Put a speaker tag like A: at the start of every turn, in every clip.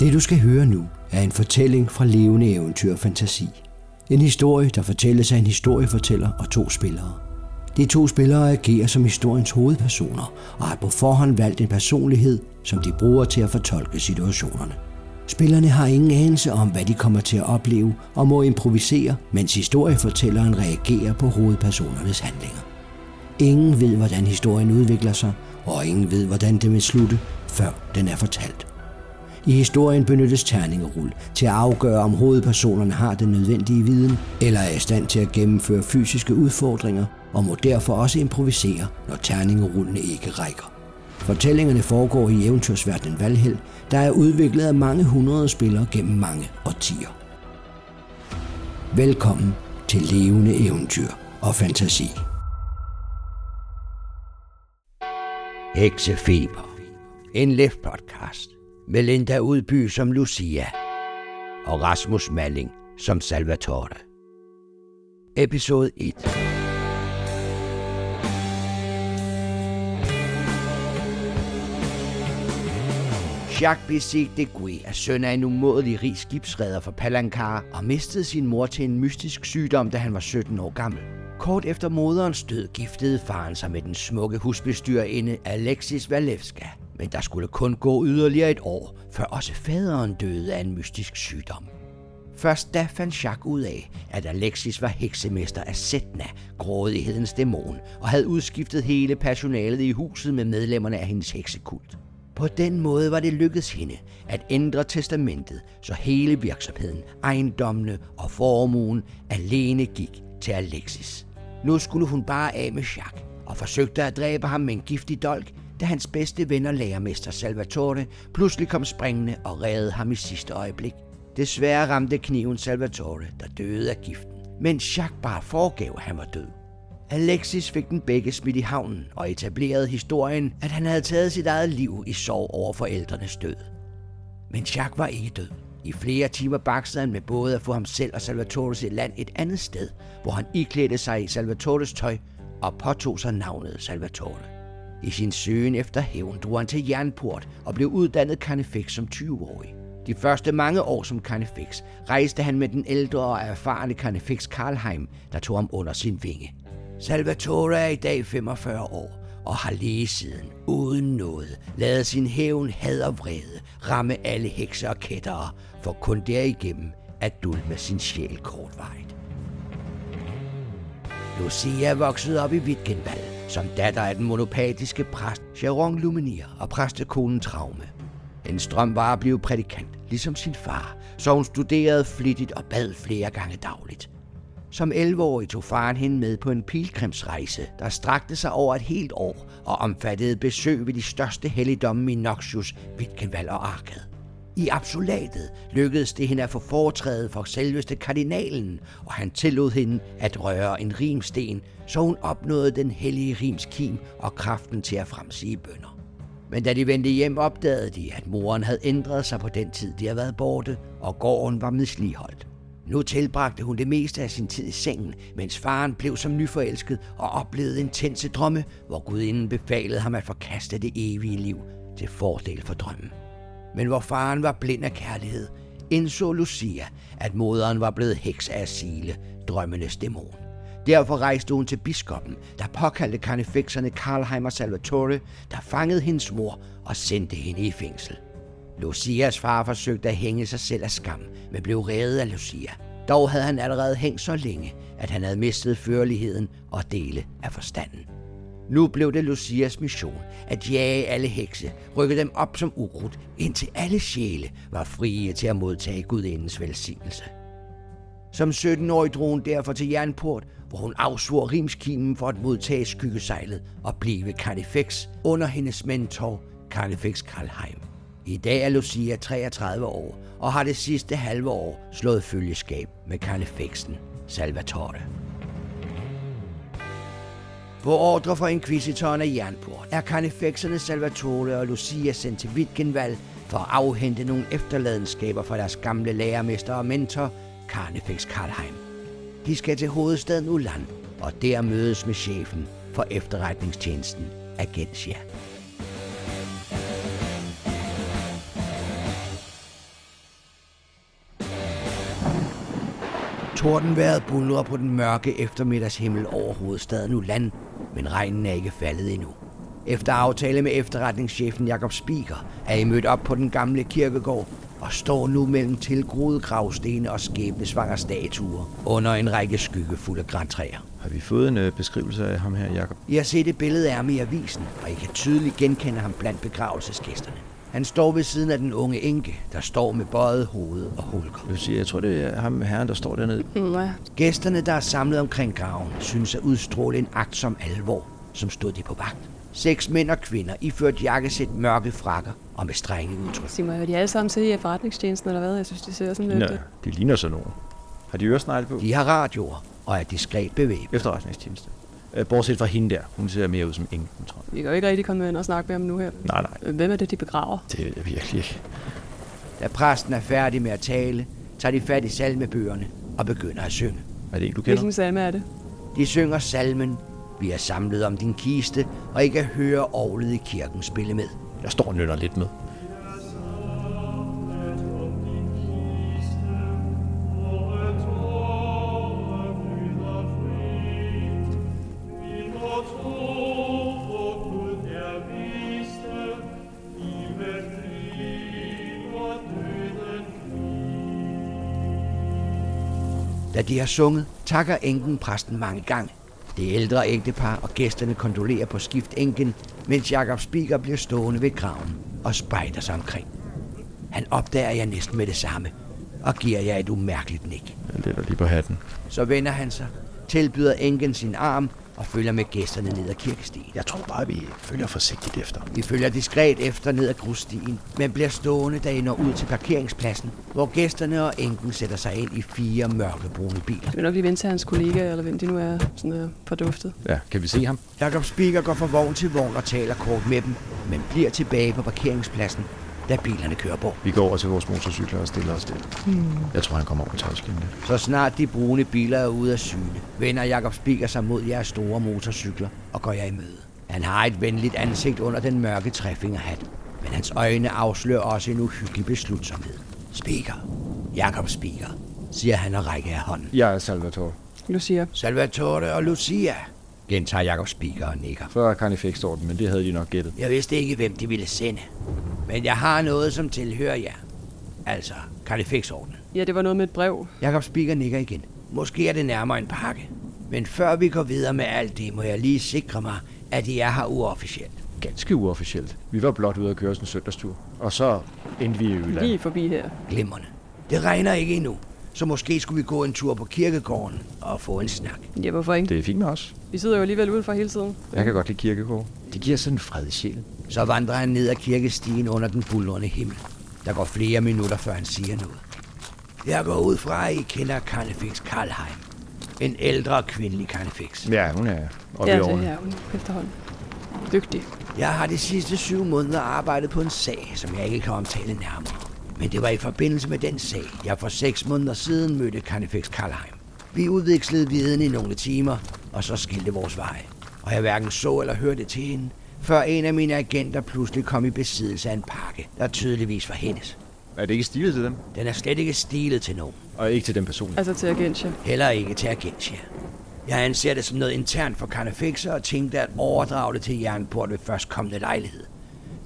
A: Det du skal høre nu er en fortælling fra levende eventyr og fantasi. En historie, der fortælles af en historiefortæller og to spillere. De to spillere agerer som historiens hovedpersoner og har på forhånd valgt en personlighed, som de bruger til at fortolke situationerne. Spillerne har ingen anelse om, hvad de kommer til at opleve og må improvisere, mens historiefortælleren reagerer på hovedpersonernes handlinger. Ingen ved, hvordan historien udvikler sig, og ingen ved, hvordan den vil slutte, før den er fortalt. I historien benyttes terningerul til at afgøre, om hovedpersonerne har den nødvendige viden, eller er i stand til at gennemføre fysiske udfordringer, og må derfor også improvisere, når terningerullene ikke rækker. Fortællingerne foregår i eventyrsverdenen Valhæl, der er udviklet af mange hundrede spillere gennem mange årtier. Velkommen til levende eventyr og fantasi. Heksefeber. En left podcast med Linda Udby som Lucia og Rasmus Malling som Salvatore. Episode 1. Jacques Bessé de Gouy er søn af en umådelig rig skibsredder fra Palancar og mistede sin mor til en mystisk sygdom, da han var 17 år gammel. Kort efter moderens død giftede faren sig med den smukke husbestyrerinde Alexis Walewska. Men der skulle kun gå yderligere et år, før også faderen døde af en mystisk sygdom. Først da fandt Jacques ud af, at Alexis var heksemester af Setna, grådighedens dæmon, og havde udskiftet hele personalet i huset med medlemmerne af hendes heksekult. På den måde var det lykkedes hende at ændre testamentet, så hele virksomheden, ejendommene og formuen alene gik til Alexis. Nu skulle hun bare af med Jacques, og forsøgte at dræbe ham med en giftig dolk, da hans bedste ven og lærermester Salvatore pludselig kom springende og reddede ham i sidste øjeblik. Desværre ramte kniven Salvatore, der døde af giften, mens Jacques bare foregav, at han var død. Alexis fik den begge smidt i havnen og etablerede historien, at han havde taget sit eget liv i sorg over forældrenes død. Men Jacques var ikke død. I flere timer baksede han med både at få ham selv og Salvatore til land et andet sted, hvor han iklædte sig i Salvatores tøj og påtog sig navnet Salvatore. I sin søgen efter hævn drog han til Jernport og blev uddannet karnefix som 20-årig. De første mange år som karnefix rejste han med den ældre og erfarne karnefix Karlheim, der tog ham under sin vinge. Salvatore er i dag 45 år og har lige siden, uden noget, lavet sin hævn, had og vrede ramme alle hekser og kættere, for kun derigennem at dulme sin sjæl kortvarigt. Lucia voksede op i Wittgenwald som datter af den monopatiske præst Sharon Luminier og præstekonen Traume. Hendes drøm var at blive prædikant, ligesom sin far, så hun studerede flittigt og bad flere gange dagligt. Som 11-årig tog faren hende med på en pilgrimsrejse, der strakte sig over et helt år og omfattede besøg ved de største helligdomme i Noxus, Wittgenwald og Arkad. I absolatet lykkedes det hende at få foretrædet for selveste kardinalen, og han tillod hende at røre en rimsten, så hun opnåede den hellige rimskim og kraften til at fremsige bønder. Men da de vendte hjem, opdagede de, at moren havde ændret sig på den tid, de havde været borte, og gården var misligeholdt. Nu tilbragte hun det meste af sin tid i sengen, mens faren blev som nyforelsket og oplevede intense drømme, hvor gudinden befalede ham at forkaste det evige liv til fordel for drømmen. Men hvor faren var blind af kærlighed, indså Lucia, at moderen var blevet heks af Sile, drømmenes dæmon. Derfor rejste hun til biskoppen, der påkaldte karnefekserne Karlheim og Salvatore, der fangede hendes mor og sendte hende i fængsel. Lucias far forsøgte at hænge sig selv af skam, men blev reddet af Lucia. Dog havde han allerede hængt så længe, at han havde mistet førligheden og dele af forstanden. Nu blev det Lucias mission at jage alle hekse, rykke dem op som ukrudt, indtil alle sjæle var frie til at modtage gudindens velsignelse. Som 17-årig drog hun derfor til Jernport, hvor hun afsvor rimskimen for at modtage skyggesejlet og blive Carnifex under hendes mentor, Carnifex Karlheim. I dag er Lucia 33 år og har det sidste halve år slået følgeskab med Carnifexen Salvatore. På ordre fra inkvisitoren af Jernport er karnefekserne Salvatore og Lucia sendt til Wittgenwald for at afhente nogle efterladenskaber fra deres gamle lærermester og mentor, Karnefeks Karlheim. De skal til hovedstaden Ulan, og der mødes med chefen for efterretningstjenesten, Agentia. Tordenværet bulrer på den mørke eftermiddagshimmel over hovedstaden Ulan, men regnen er ikke faldet endnu. Efter aftale med efterretningschefen Jakob Spiker er I mødt op på den gamle kirkegård og står nu mellem tilgroede gravstene og skæbnesvanger statuer under en række skyggefulde græntræer.
B: Har vi fået en øh, beskrivelse af ham her, Jakob?
A: I har set et billede af ham i avisen, og I kan tydeligt genkende ham blandt begravelsesgæsterne. Han står ved siden af den unge enke, der står med bøjet hoved og hulker.
B: Jeg vil sige, jeg tror, det er ham herren, der står dernede.
C: Nej.
A: Gæsterne, der er samlet omkring graven, synes at udstråle en akt som alvor, som stod de på vagt. Seks mænd og kvinder iført jakkesæt mørke frakker og med strenge udtryk.
C: Sig mig, hører de alle sammen til i efterretningstjenesten eller hvad? Jeg synes, de ser sådan lidt...
B: Nå, det ligner sådan nogen. Har de øresnegle på?
A: De har radioer og er diskret bevæbnet.
B: Efterretningstjeneste. Øh, Bortset fra hende der. Hun ser mere ud som enken, tror jeg.
C: Vi kan jo ikke rigtig komme ind og snakke med ham nu her.
B: Nej, nej.
C: Hvem er det, de begraver?
B: Det ved jeg virkelig ikke.
A: Da præsten er færdig med at tale, tager de fat i salmebøgerne og begynder at synge.
B: Er det en, du kender?
C: Hvilken salme er det?
A: De synger salmen, vi er samlet om din kiste, og I kan høre orlet i kirken spille med.
B: Jeg står og nynner lidt med.
A: Da de har sunget, takker enken præsten mange gange. Det ældre ægtepar og gæsterne kondolerer på skift enken, mens Jakob Spiker bliver stående ved graven og spejder sig omkring. Han opdager jer næsten med det samme og giver jer et umærkeligt nik.
B: Jeg letter lige på hatten.
A: Så vender han sig, tilbyder enken sin arm og følger med gæsterne ned ad kirkestien.
B: Jeg tror bare, vi følger forsigtigt efter.
A: Vi følger diskret efter ned ad grusstien, men bliver stående, da I når ud til parkeringspladsen, hvor gæsterne og enken sætter sig ind i fire mørkebrune biler.
C: Vi vil nok lige vente til hans kollega, eller hvem de nu er, sådan er forduftet.
B: Ja, kan vi se ham?
A: Jakob Spiker går fra vogn til vogn og taler kort med dem, men bliver tilbage på parkeringspladsen, da bilerne kører bort.
B: Vi går over til vores motorcykler og stiller os der. Hmm. Jeg tror, han kommer over til os lige om lidt.
A: Så snart de brune biler er ude af syne, vender Jakob Spiker sig mod jeres store motorcykler og går jer i møde. Han har et venligt ansigt under den mørke træfingerhat, men hans øjne afslører også en uhyggelig beslutsomhed. Spiker. Jakob Spiker, siger han og rækker jer hånden.
D: Jeg er Salvatore.
C: Lucia.
A: Salvatore og Lucia, gentager Jakob Spiker og nikker.
D: Før Carnifex ikke stå den, men det havde de nok gættet.
A: Jeg vidste ikke, hvem de ville sende. Men jeg har noget, som tilhører jer. Altså, kan det fikse ordene?
C: Ja, det var noget med et brev.
A: Jakob Spiker nikker igen. Måske er det nærmere en pakke. Men før vi går videre med alt det, må jeg lige sikre mig, at I er her uofficielt.
D: Ganske uofficielt. Vi var blot ude at køre sådan en søndagstur. Og så endte vi i Jylland.
C: Lige forbi her.
A: Glimrende. Det regner ikke endnu, så måske skulle vi gå en tur på kirkegården og få en snak.
C: Ja, hvorfor ikke?
B: Det er fint med os.
C: Vi sidder jo alligevel udenfor hele tiden.
B: Jeg kan godt lide kirkegård. Det giver sådan en fred i sjælen.
A: Så vandrer han ned ad kirkestien under den bulrende himmel. Der går flere minutter, før han siger noget. Jeg går ud fra, at I kender Karnefix Karlheim. En ældre kvindelig Karnefix.
B: Ja, hun er oppe
C: ja,
B: i
C: det
B: årene.
C: er hun efterhånden. Dygtig.
A: Jeg har de sidste syv måneder arbejdet på en sag, som jeg ikke kan omtale nærmere. Men det var i forbindelse med den sag, jeg for seks måneder siden mødte Carnifex Karlheim. Vi udvekslede viden i nogle timer, og så skilte vores veje. Og jeg hverken så eller hørte til hende, før en af mine agenter pludselig kom i besiddelse af en pakke, der tydeligvis var hendes.
D: Er det ikke stilet til dem?
A: Den er slet ikke stilet til nogen.
D: Og ikke til den person.
C: Altså til Agentia.
A: Heller ikke til Agentia. Jeg anser det som noget internt for Carnifexer og tænkte at overdrage det til Jernport ved førstkommende lejlighed.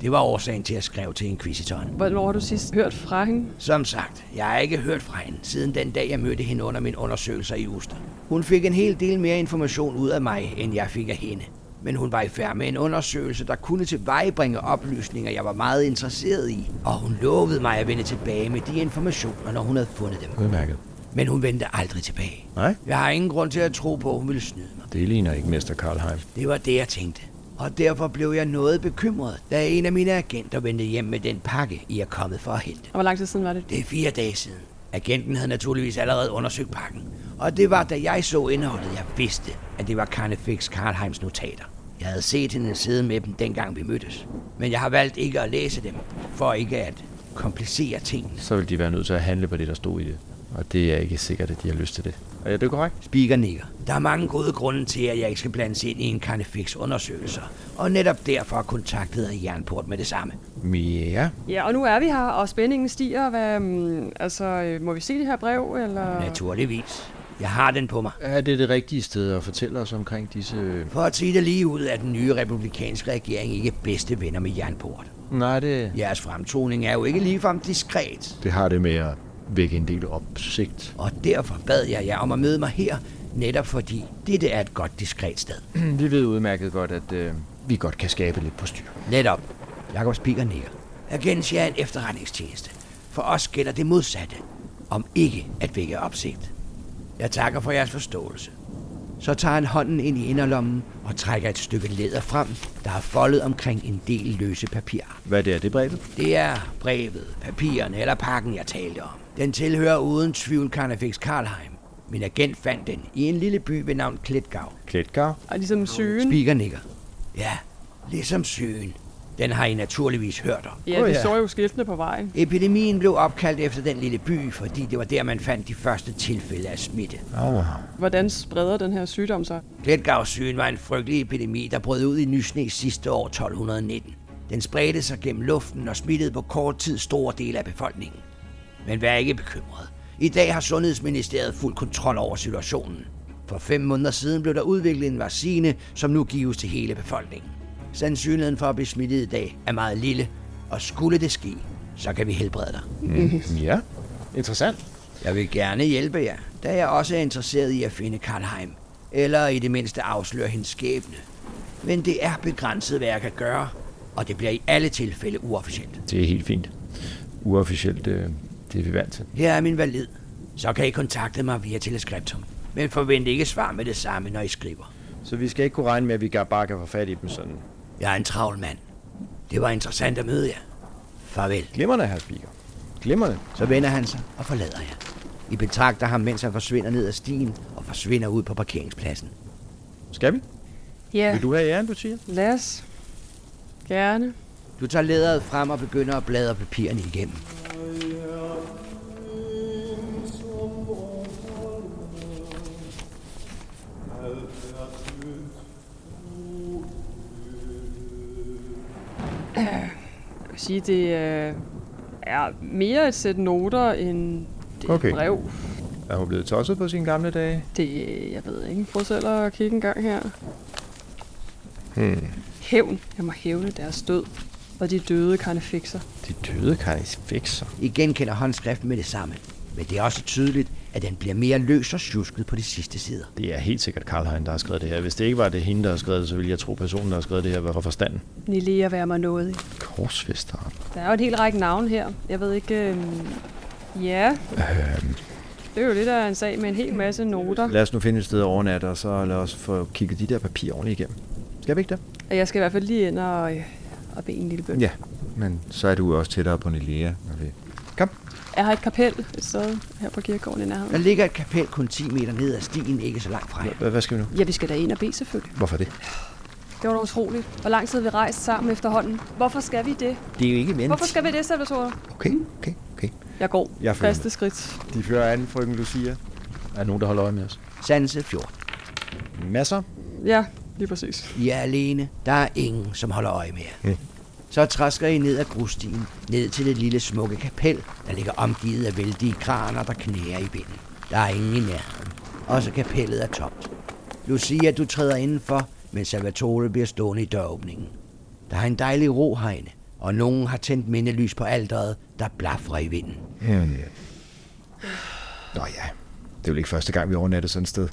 A: Det var årsagen til, at jeg skrev til Inquisitoren.
C: Hvornår har du sidst hørt fra hende?
A: Som sagt, jeg har ikke hørt fra hende, siden den dag, jeg mødte hende under min undersøgelser i Uster. Hun fik en hel del mere information ud af mig, end jeg fik af hende. Men hun var i færd med en undersøgelse, der kunne tilvejebringe oplysninger, jeg var meget interesseret i. Og hun lovede mig at vende tilbage med de informationer, når hun havde fundet dem.
B: Udmærket.
A: Men hun vendte aldrig tilbage.
B: Nej,
A: Jeg har ingen grund til at tro på, at hun ville snyde mig.
B: det ligner ikke Mester Karlheim.
A: Det var det, jeg tænkte. Og derfor blev jeg noget bekymret, da en af mine agenter vendte hjem med den pakke, I er kommet for at hente.
C: Og hvor lang tid siden var det?
A: Det er fire dage siden. Agenten havde naturligvis allerede undersøgt pakken. Og det var, da jeg så indholdet, jeg vidste, at det var Carnifex Karlheims notater. Jeg havde set hende sidde med dem, dengang vi mødtes. Men jeg har valgt ikke at læse dem, for ikke at komplicere tingene.
B: Så vil de være nødt til at handle på det, der stod i det. Og det er ikke sikkert, at de har lyst til det. Er det korrekt?
A: Speaker nikker. Der er mange gode grunde til, at jeg ikke skal blandes ind i en Carnifex undersøgelser. Og netop derfor kontaktede jeg Jernport med det samme.
B: Ja.
C: Ja, og nu er vi her, og spændingen stiger. Hvad, mm, altså, øh, må vi se det her brev, eller...
A: Naturligvis. Jeg har den på mig.
B: Er det det rigtige sted at fortælle os omkring disse...
A: For at sige det lige ud, er den nye republikanske regering ikke bedste venner med jernport.
B: Nej, det...
A: Jeres fremtoning er jo ikke ligefrem diskret.
D: Det har det med at vække en del opsigt.
A: Og derfor bad jeg jer om at møde mig her, netop fordi dette er et godt diskret sted.
B: Vi ved udmærket godt, at... Øh...
D: Vi godt kan skabe lidt på styr.
A: Netop. Jakob Spiker nikker. Agens jer er en efterretningstjeneste. For os gælder det modsatte. Om ikke at vække opsigt. Jeg takker for jeres forståelse. Så tager han hånden ind i inderlommen og trækker et stykke læder frem, der er foldet omkring en del løse papirer.
B: Hvad det er, det brevet?
A: Det er brevet, papirerne eller pakken, jeg talte om. Den tilhører uden tvivl Carnifex Karlheim. Min agent fandt den i en lille by ved navn Klitgav.
B: Kletgav?
C: Og ligesom sygen.
A: Speaker nikker. Ja, ligesom søen. Den har I naturligvis hørt om.
C: Ja, vi så jo skiltene på vejen.
A: Epidemien blev opkaldt efter den lille by, fordi det var der, man fandt de første tilfælde af smitte.
B: Oh.
C: Hvordan spreder den her sygdom sig?
A: Kletgavssygen var en frygtelig epidemi, der brød ud i Nysne sidste år 1219. Den spredte sig gennem luften og smittede på kort tid store dele af befolkningen. Men vær ikke bekymret. I dag har Sundhedsministeriet fuld kontrol over situationen. For fem måneder siden blev der udviklet en vaccine, som nu gives til hele befolkningen. Sandsynligheden for at blive smittet i dag er meget lille, og skulle det ske, så kan vi helbrede dig.
B: Mm. Ja, interessant.
A: Jeg vil gerne hjælpe jer, da jeg også er interesseret i at finde Karlheim. Eller i det mindste afsløre hendes skæbne. Men det er begrænset, hvad jeg kan gøre, og det bliver i alle tilfælde uofficielt.
B: Det er helt fint. Uofficielt, øh, det er vi vant til.
A: Her er min valid. Så kan I kontakte mig via teleskriptum. Men forvent ikke svar med det samme, når I skriver.
D: Så vi skal ikke kunne regne med, at vi bare kan få fat i dem sådan.
A: Jeg er en travl mand. Det var interessant at møde jer. Farvel.
D: Glimmerne, herr Spiker. Glimmerne.
A: Så vender han sig og forlader jer. I betragter ham, mens han forsvinder ned ad stien og forsvinder ud på parkeringspladsen.
D: Skal vi?
C: Ja,
D: Vil du have æren, du siger?
C: lad os. Gerne.
A: Du tager læderet frem og begynder at bladre papirerne igennem.
C: Jeg vil sige, det øh, er mere et sæt noter end det okay.
D: Okay.
C: brev.
D: Er hun blevet tosset på sine gamle dage?
C: Det, jeg ved ikke. Prøv selv at kigge en gang her. Hmm. Hævn. Jeg må hævne deres død. Og de døde karnefikser.
B: De døde Karnis fikser.
A: I genkender håndskriften med det samme. Men det er også tydeligt, at den bliver mere løs og sjusket på de sidste sider.
B: Det er helt sikkert Karlheim, der har skrevet det her. Hvis det ikke var det hende, der har skrevet det, så ville jeg tro, personen, der har skrevet det her, var fra forstanden.
C: Nilea være mig nådig.
B: Korsfesteren.
C: Der er jo en hel række navne her. Jeg ved ikke... Øhm, ja. Det er jo lidt af en sag med en hel masse noter.
B: Lad os nu finde et sted at overnatte, og så lad os få kigget de der papirer ordentligt igennem. Skal vi ikke det?
C: Og jeg skal i hvert fald lige ind og, øh, og bede en lille bøn.
E: Ja, men så er du også tættere på Nelea, når vi...
C: Jeg har et kapel et sted her på kirkegården i
A: Der
C: nærheden.
A: ligger et kapel kun 10 meter ned ad stien, ikke så langt fra jer.
B: Hvad skal vi nu?
C: Ja, vi skal da ind og bede selvfølgelig.
B: Hvorfor det?
C: Det var da utroligt. Hvor lang tid har vi rejst sammen efterhånden? Hvorfor skal vi det?
B: Det er jo ikke mindst.
C: Hvorfor skal vi det, Salvatore?
B: Okay, okay, okay.
C: Jeg går.
B: Jeg følger
C: Faste skridt.
D: De fører an, frøken Lucia.
B: Er der nogen, der holder øje med os?
A: Sanse 14.
D: Masser.
C: Ja, lige præcis.
A: I er alene. Der er ingen, som holder øje med jer. Så træsker I ned ad grusstien, ned til det lille smukke kapel, der ligger omgivet af vældige kraner, der knæer i vinden. Der er ingen i nærheden. Også kapellet er tomt. Lucia, du træder indenfor, men Salvatore bliver stående i døråbningen. Der er en dejlig ro herinde, og nogen har tændt mindelys på alderet, der blafrer i vinden.
E: Jamen, ja. Nå ja, det er jo ikke første gang, vi overnatter sådan et sted.
C: Det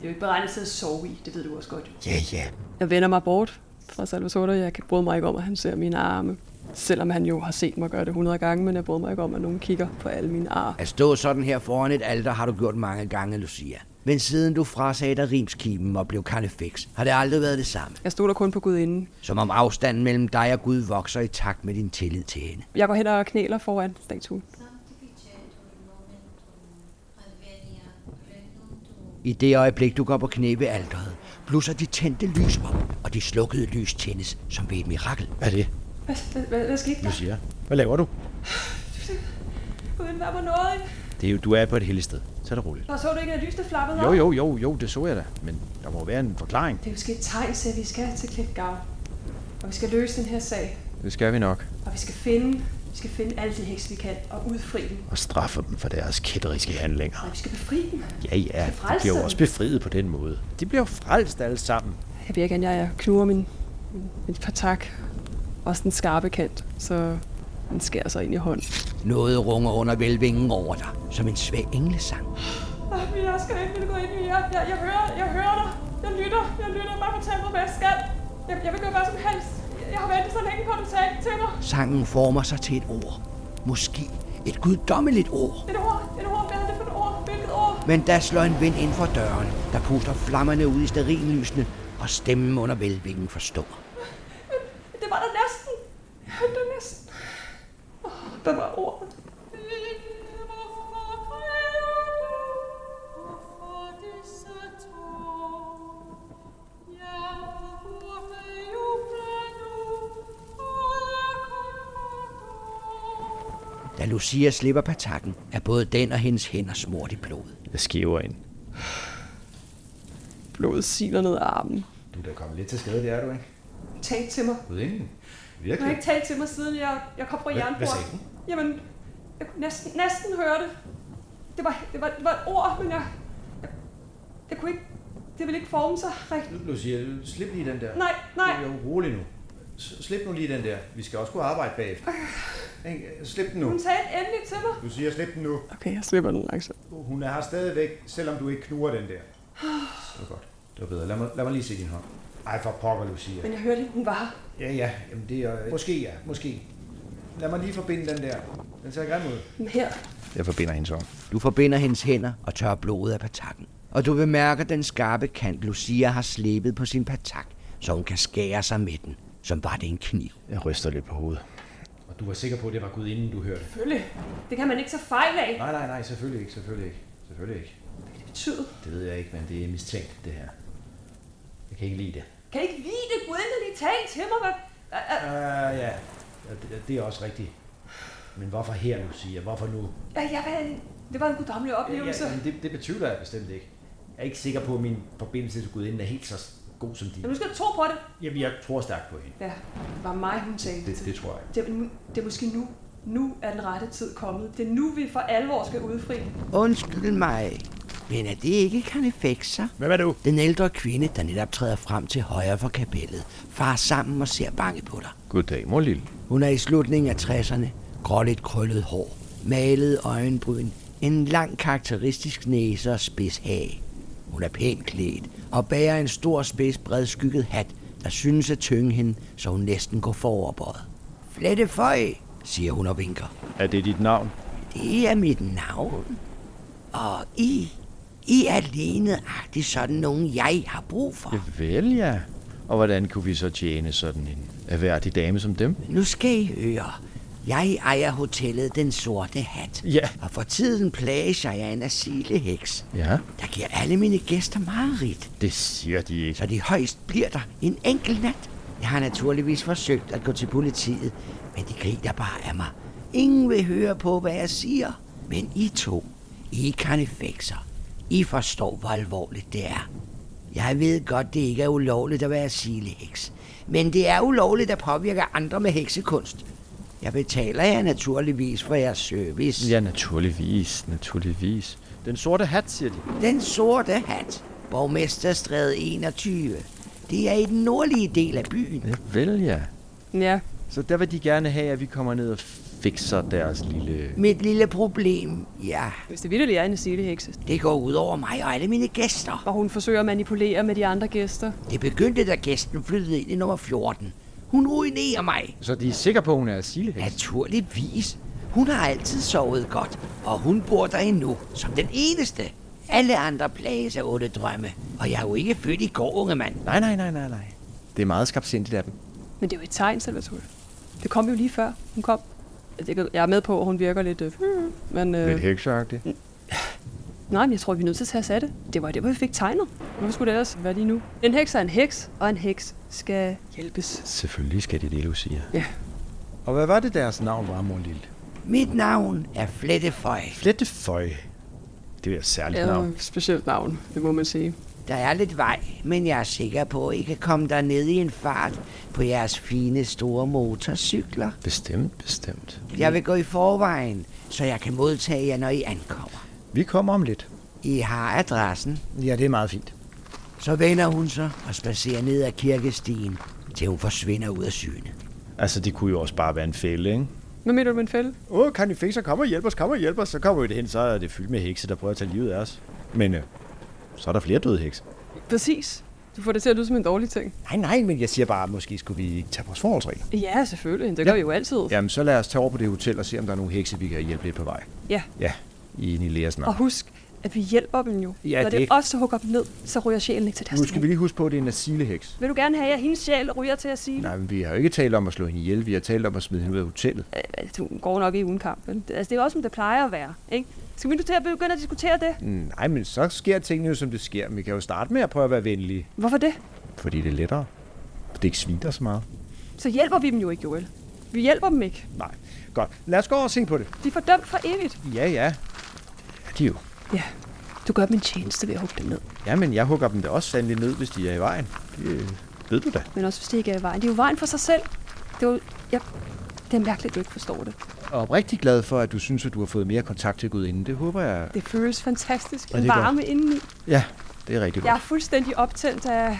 C: er jo ikke beregnet til at sove i, det ved du også godt.
E: Ja, ja.
C: Jeg vender mig bort fra Salvatore. Jeg kan bryde mig ikke om, at han ser mine arme. Selvom han jo har set mig gøre det 100 gange, men jeg bryder mig ikke om, at nogen kigger på alle mine ar.
A: At stå sådan her foran et alter har du gjort mange gange, Lucia. Men siden du frasagde dig rimskiben og blev karnefix, har det aldrig været det samme.
C: Jeg stoler kun på Gudinden.
A: Som om afstanden mellem dig og Gud vokser i takt med din tillid til hende.
C: Jeg går hen og knæler foran statuen.
A: I det øjeblik, du går på knæ ved alderet, blusser de tændte lys op, og de slukkede lys tændes som ved et mirakel.
B: Hvad er det,
C: Hvad, hvad, hvad skete
B: du siger? Hvad laver du?
C: Gudinde, hvad var noget?
B: Det er jo, du er på et heldigt sted. Så er det roligt.
C: Og så du ikke, at lys, der flappede
B: Jo, jo, jo, jo, det så jeg da. Men der må jo være en forklaring.
C: Det er måske et tegn til, at vi skal til Klitgav. Og vi skal løse den her sag.
B: Det skal vi nok.
C: Og vi skal finde
F: Vi skal finde alle de hekse, vi kan, og udfri dem.
B: og straffer dem for deres kætteriske handlinger.
F: Og vi skal befri dem.
B: Ja, ja, de
F: frelse
B: bliver jo
F: dem.
B: også befriet på den måde. De bliver jo frelst alle sammen.
C: Jeg vil gerne, jeg knurrer min, min, min patak. Også den skarpe kant, så den skærer sig ind i hånden.
A: Noget runger under velvingen over dig, som en svag englesang.
F: Åh, jeg skal ikke vil gå ind i jer. Jeg, jeg, hører, jeg hører dig. Jeg lytter. Jeg lytter. Bare fortæl mig, hvad jeg skal. Jeg, jeg vil gøre hvad som helst. Jeg, jeg har ventet så længe på, at du sagde det til mig.
A: Sangen former sig til et ord. Måske et guddommeligt ord.
F: Et ord. Et ord. Hvad er det for et ord? Hvilket ord?
A: Men der slår en vind ind for døren, der puster flammerne ud i sterinlysene, og stemmen under velvingen forstår.
F: Det var der næsten. Jeg hørte det næsten. Åh, Hvad var ordet?
A: Da Lucia slipper patakken, er både den og hendes hænder smurt i blod.
B: Jeg skiver ind.
C: Blodet siler ned af armen.
E: Du er da kommet lidt til skade, det er du, ikke?
F: Tal til mig.
E: Uden
F: Du har
E: Virkelig?
F: ikke talt til mig, siden jeg, jeg kom fra jernbordet.
E: sagde hun?
F: Jamen, jeg kunne næsten, næsten høre det. Det var, det, var, det var et ord, men jeg, jeg, jeg kunne ikke... Det ville ikke forme sig rigtigt.
G: Lucia, slip lige den der.
F: Nej, nej.
G: Jo, rolig nu. S- Slip nu lige den der. Vi skal også kunne arbejde bagefter. Ikke? Slip den nu.
F: Hun talte endelig til mig.
G: Lucia, slip den nu.
C: Okay, jeg slipper den langsomt.
G: Uh, Hun er her stadigvæk, selvom du ikke knurrer den der. Det var godt. Det var bedre. Lad mig, lad mig lige se din hånd. Ej, for pokker, Lucia.
F: Men jeg hørte ikke, hun var her.
G: Ja, ja. Jamen, det er... Måske, ja. Måske. Lad mig lige forbinde den der. Den ser grim ud.
F: Men her.
E: Jeg forbinder hende så.
A: Du forbinder hendes hænder og tørrer blodet af patakken. Og du bemærker den skarpe kant, Lucia har slebet på sin patak, så hun kan skære sig med den, som var det en kniv.
B: Jeg ryster lidt på hovedet.
G: Og du var sikker på, at det var Gud, inden du hørte?
F: Selvfølgelig. Det kan man ikke tage fejl af.
G: Nej, nej, nej. Selvfølgelig ikke. Selvfølgelig ikke. Selvfølgelig ikke.
F: Det betyder...
G: Det ved jeg ikke, men det er mistænkt, det her. Jeg kan ikke lide det.
F: Kan I ikke lide det? Gud, endelig tale til mig. Hvad? Øh, øh,
G: Ja, ja. Ja, det- Det er også rigtigt. Men hvorfor her, Lucia? Hvorfor nu?
F: øh, Jeg, var- det var en guddommelig oplevelse.
G: men det, det betyder jeg bestemt ikke. Jeg er ikke sikker på, at min forbindelse til Gudinden er helt så god som
F: Men
G: din.
F: nu skal du tro på det.
G: Jamen, jeg tror stærkt på hende.
F: Ja, det var mig, hun talte
G: Det,
F: til.
G: det tror jeg.
F: Det, er- det er måske nu. Nu er den rette tid kommet. Det er nu, vi for alvor skal udfri.
A: Undskyld mig, men er det ikke Carnifexa?
B: Hvem er du?
A: Den ældre kvinde, der netop træder frem til højre for kapellet, farer sammen og ser bange på dig.
B: Goddag, mor lille.
A: Hun er i slutningen af 60'erne, gråligt krøllet hår, malet øjenbryn, en lang karakteristisk næse og spids hage. Hun er pænt klædt og bærer en stor spids bredskygget hat, der synes at tynge hende, så hun næsten går foroverbøjet. Flette føj, siger hun og vinker.
B: Er det dit navn?
A: Det er mit navn. Og I, I er lignet sådan nogen, jeg har brug for.
B: Vel ja. Og hvordan kunne vi så tjene sådan en erhverdig dame som dem?
A: Nu skal I høre. Jeg ejer hotellet Den Sorte Hat.
B: Ja.
A: Og for tiden plages jeg af en asileheks,
B: Ja,
A: der giver alle mine gæster mareridt,
B: det siger de ikke.
A: så de højst bliver der en enkelt nat. Jeg har naturligvis forsøgt at gå til politiet, men de griner bare af mig. Ingen vil høre på, hvad jeg siger. Men I to, I karnefekser, I forstår, hvor alvorligt det er. Jeg ved godt, det ikke er ulovligt at være sileheks, men det er ulovligt at påvirke andre med heksekunst. Jeg betaler jer naturligvis for jeres service.
B: Ja, naturligvis, naturligvis. Den sorte hat, siger de.
A: Den sorte hat, Borgmesterstræde 21. Det er i den nordlige del af byen.
B: Ja, Vel ja.
C: Ja,
B: Så der vil de gerne have, at vi kommer ned og fikser deres lille...
A: Mit lille problem, ja,
C: hvis det virkelig er en silehekse.
A: det går ud over mig og alle mine gæster.
C: Og hun forsøger at manipulere med de andre gæster.
A: Det begyndte, da gæsten flyttede ind i nummer 14. Hun ruinerer mig.
B: Så de er sikre på, at hun er silehæk?
A: Naturligvis. Hun har altid sovet godt, og hun bor der endnu, som den eneste. Alle andre plages af otte drømme, og jeg er jo ikke født i går, unge mand.
B: Nej, nej, nej, nej, nej. Det er meget skabsindigt af dem.
C: Men det er jo et tegn, Salvatore. Det kom jo lige før hun kom. Jeg kan- Jeg er med på, at hun virker lidt... Øh, men, øh,
E: Lidt hekseagtigt.
C: nej, men jeg tror, vi er nødt til at tage os af det. Det var det, hvor vi fik tegnet. Hvorfor skulle det ellers være lige nu? En heks er en heks, og en heks skal hjælpes.
B: Selvfølgelig skal de det, Lucia.
G: Og hvad var det, deres navn var, mor Lille?
A: Mit navn er Fletteføj.
B: Fletteføj. Det er et særligt navn.
C: specielt navn, det må man sige.
A: Der er lidt vej, men jeg er sikker på, at I kan komme derned i en fart på jeres fine store motorcykler.
B: Bestemt, bestemt.
A: Jeg vil gå i forvejen, så jeg kan modtage jer, når I ankommer.
E: Vi kommer om lidt.
A: I har adressen.
E: Ja, det er meget fint.
A: Så vender hun sig og spacerer ned ad kirkestien, til hun forsvinder ud af syne.
B: Altså, det kunne jo også bare være en fælde, ikke?
C: Hvad mener du med en fælde?
B: Åh, kan I fikse? Kom og hjælp os, kom og hjælp os. Så kommer vi det hen, så er det fyldt med hekse, der prøver at tage livet af os. Men øh, så er der flere døde hekse.
C: Præcis. Du får det til at lyde som en dårlig ting.
E: Nej, nej, men jeg siger bare, at måske skulle vi tage vores forholdsregler.
C: Ja, selvfølgelig. Det gør vi jo altid.
E: Jamen, så lad os tage over på det hotel og se, om der er nogle hekse, vi kan hjælpe lidt på vej.
C: Ja.
E: Ja, i Nileas
C: Og
E: navn.
C: husk, at vi hjælper dem jo. Når
E: Ja, det
C: det
E: er-
C: er os, der hugger dem ned, så ryger sjælen ikke til deres
E: Nu skal vi lige huske på, at det er en asileheks.
C: Vil du gerne have, at hendes sjæl ryger til at sige?
E: Nej, men vi har jo ikke talt om at slå hende ihjel. Vi har talt om at smide hende ud af hotellet.
C: Øh, Du går nok i ugenkamp. vel? Det- Altså, det er jo også, som det plejer at være. Ikke? Skal vi nu til at begynde at diskutere det?
E: Nej, men så sker tingene jo, som det sker. Vi kan jo starte med at prøve at være venlige.
C: Hvorfor det?
E: Fordi det er lettere. Det ikke sviner så meget.
C: Så hjælper vi dem jo ikke, Joel. Vi hjælper dem ikke.
E: Nej. Godt. Lad os gå over og se på det.
C: De er fordømt for evigt.
E: Ja, ja. Ja, de er jo.
C: Ja, du gør dem en tjeneste ved at hugge dem ned.
B: Jamen, jeg hugger dem da også sandelig ned, hvis de er i vejen. Det øh, ved du da.
C: Men også hvis det ikke er i vejen. Det er jo vejen for sig selv. Det er jo... Ja, det er mærkeligt, at du ikke forstår det.
E: Og oprigtig glad for, at du synes, at du har fået mere kontakt til Gud inden. Det håber jeg.
C: Det føles fantastisk.
E: det
C: En
E: er godt.
C: varme indeni.
E: Ja, det er rigtig godt.
C: Jeg er fuldstændig optændt af,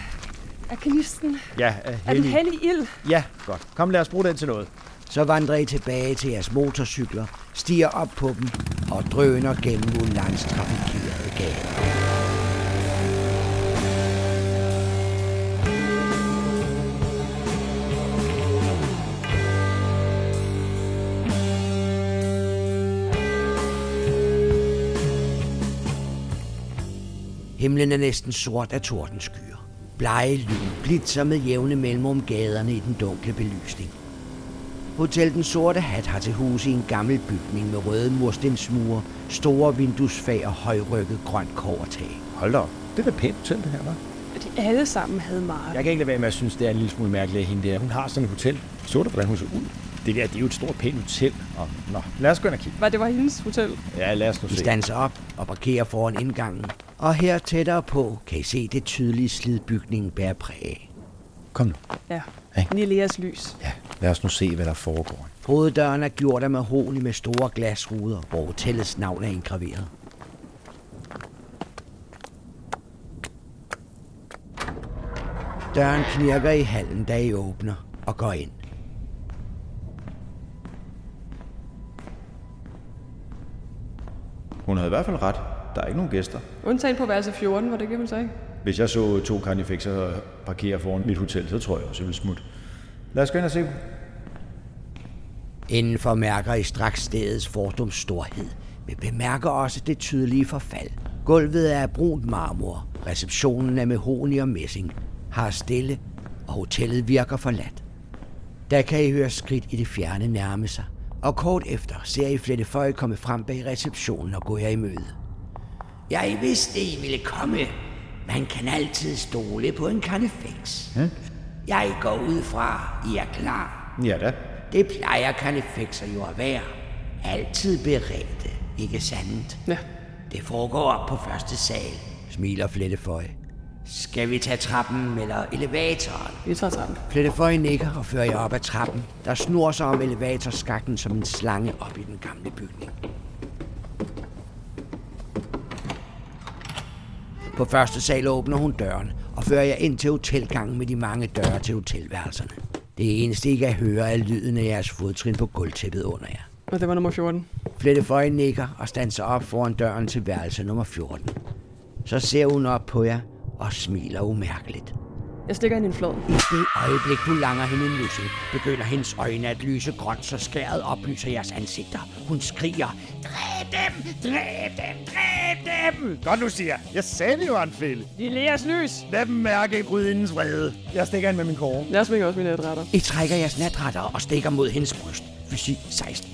C: af knisten.
B: Ja, er
C: Af den
B: heldig.
C: hellige ild.
B: Ja, godt. Kom, lad os bruge den til noget.
A: Så vandrer I tilbage til jeres motorcykler, stiger op på dem og drøner gennem Ulands trafikerede gader. Himlen er næsten sort af tordenskyer. Blege lyn blitzer med jævne mellemrum gaderne i den dunkle belysning. Hotel Den Sorte Hat har til hus i en gammel bygning med røde murstensmure, store vinduesfag og højrykket grønt kovertag.
B: Hold da op. Det er da pænt hotel, det her, var.
C: Og de alle sammen havde meget.
B: Jeg kan ikke lade være med at synes, det er en lille smule mærkeligt, at hende der, hun har sådan et hotel. Så du, hvordan hun så ud? Det der, det er jo et stort pænt hotel. Og, nå, lad os gå ind og kigge.
C: Var det var hendes hotel?
B: Ja, lad os nu
A: I
B: se.
A: standser op og parkerer foran indgangen, og her tættere på kan I se det tydelige slid bygningen bærer præg af.
E: Kom nu.
C: Ja.
E: Hey.
C: Nileas lys.
E: Ja, lad os nu se, hvad der foregår.
A: Hoveddøren er gjort af mahogni med store glasruder, hvor hotellets navn er indgraveret. Døren knirker i hallen, da I åbner og går ind.
B: Hun havde i hvert fald ret. Der er ikke nogen gæster.
C: Undtagen på værelse 14, var det ikke, man sagde?
B: Hvis jeg så to carnifexer parkere foran mit hotel, så tror jeg også, jeg ville smutte. Lad os gå ind og se dem.
A: Indenfor mærker I straks stedets fordums storhed, men bemærker også det tydelige forfald. Gulvet er af brunt marmor, receptionen er mehoni og messing, har stille, og hotellet virker forladt. Der kan I høre skridt i det fjerne nærme sig, og kort efter ser I Flette Føj komme frem bag receptionen og gå jer i møde. Jeg vidste, I ville komme. Man kan altid stole på en karnefeks. Jeg går ud fra, I er klar.
B: Ja da.
A: Det plejer karnefekser jo at være. Altid beredte, ikke sandt?
C: Ja.
A: Det foregår op på første sal, smiler Fletteføj. Skal vi tage trappen eller elevatoren?
C: Vi tager sammen.
A: Fletteføj nikker og fører jer op ad trappen, der snor sig om elevatorskakten som en slange op i den gamle bygning. På første sal åbner hun døren og fører jer ind til hotelgangen med de mange døre til hotelværelserne. Det eneste, I kan høre, er lyden af jeres fodtrin på gulvtæppet under jer.
C: Og det var nummer 14.
A: Fletteføje nikker og standser op foran døren til værelse nummer 14. Så ser hun op på jer og smiler umærkeligt.
C: Jeg stikker ind i en flod.
A: I det øjeblik, du langer hende en lussing, begynder hendes øjne at lyse grønt, så skæret oplyser jeres ansigter. Hun skriger, dræb dem, dræb dem, dræb dem!
B: Godt nu, siger jeg. Jeg sagde det jo, Anfælde.
C: Nileas lys!
B: Lad dem mærke brydindens vrede. Jeg stikker ind med min kåre.
C: Jeg svinger også mine natretter.
A: I trækker jeres natretter og stikker mod hendes bryst. Fysik 16.